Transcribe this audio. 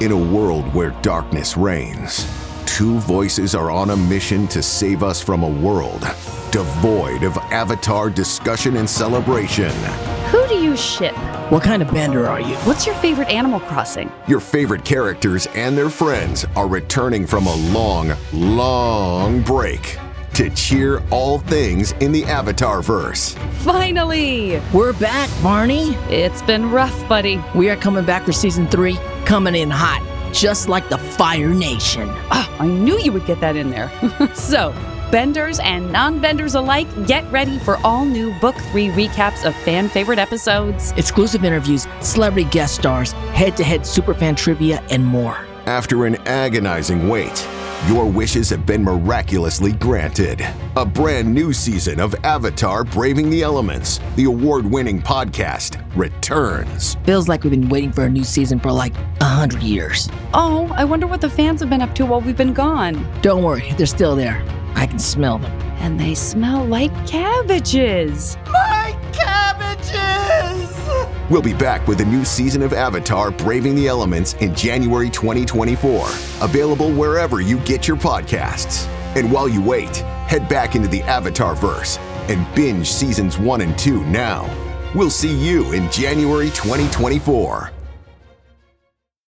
In a world where darkness reigns, two voices are on a mission to save us from a world devoid of avatar discussion and celebration. Who do you ship? What kind of bender are you? What's your favorite Animal Crossing? Your favorite characters and their friends are returning from a long, long break to cheer all things in the Avatar verse. Finally! We're back, Barney. It's been rough, buddy. We are coming back for season three, coming in hot, just like the Fire Nation. Uh, Ah, I knew you would get that in there. so, benders and non benders alike, get ready for all new Book 3 recaps of fan favorite episodes. Exclusive interviews, celebrity guest stars, head to head superfan trivia, and more. After an agonizing wait, your wishes have been miraculously granted. A brand new season of Avatar Braving the Elements, the award winning podcast, returns. Feels like we've been waiting for a new season for like a hundred years. Oh, I wonder what the fans have been up to while we've been gone. Don't worry, they're still there. I can smell them. And they smell like cabbages. My cabbages! We'll be back with a new season of Avatar Braving the Elements in January 2024, available wherever you get your podcasts. And while you wait, head back into the Avatar verse and binge seasons 1 and 2 now. We'll see you in January 2024.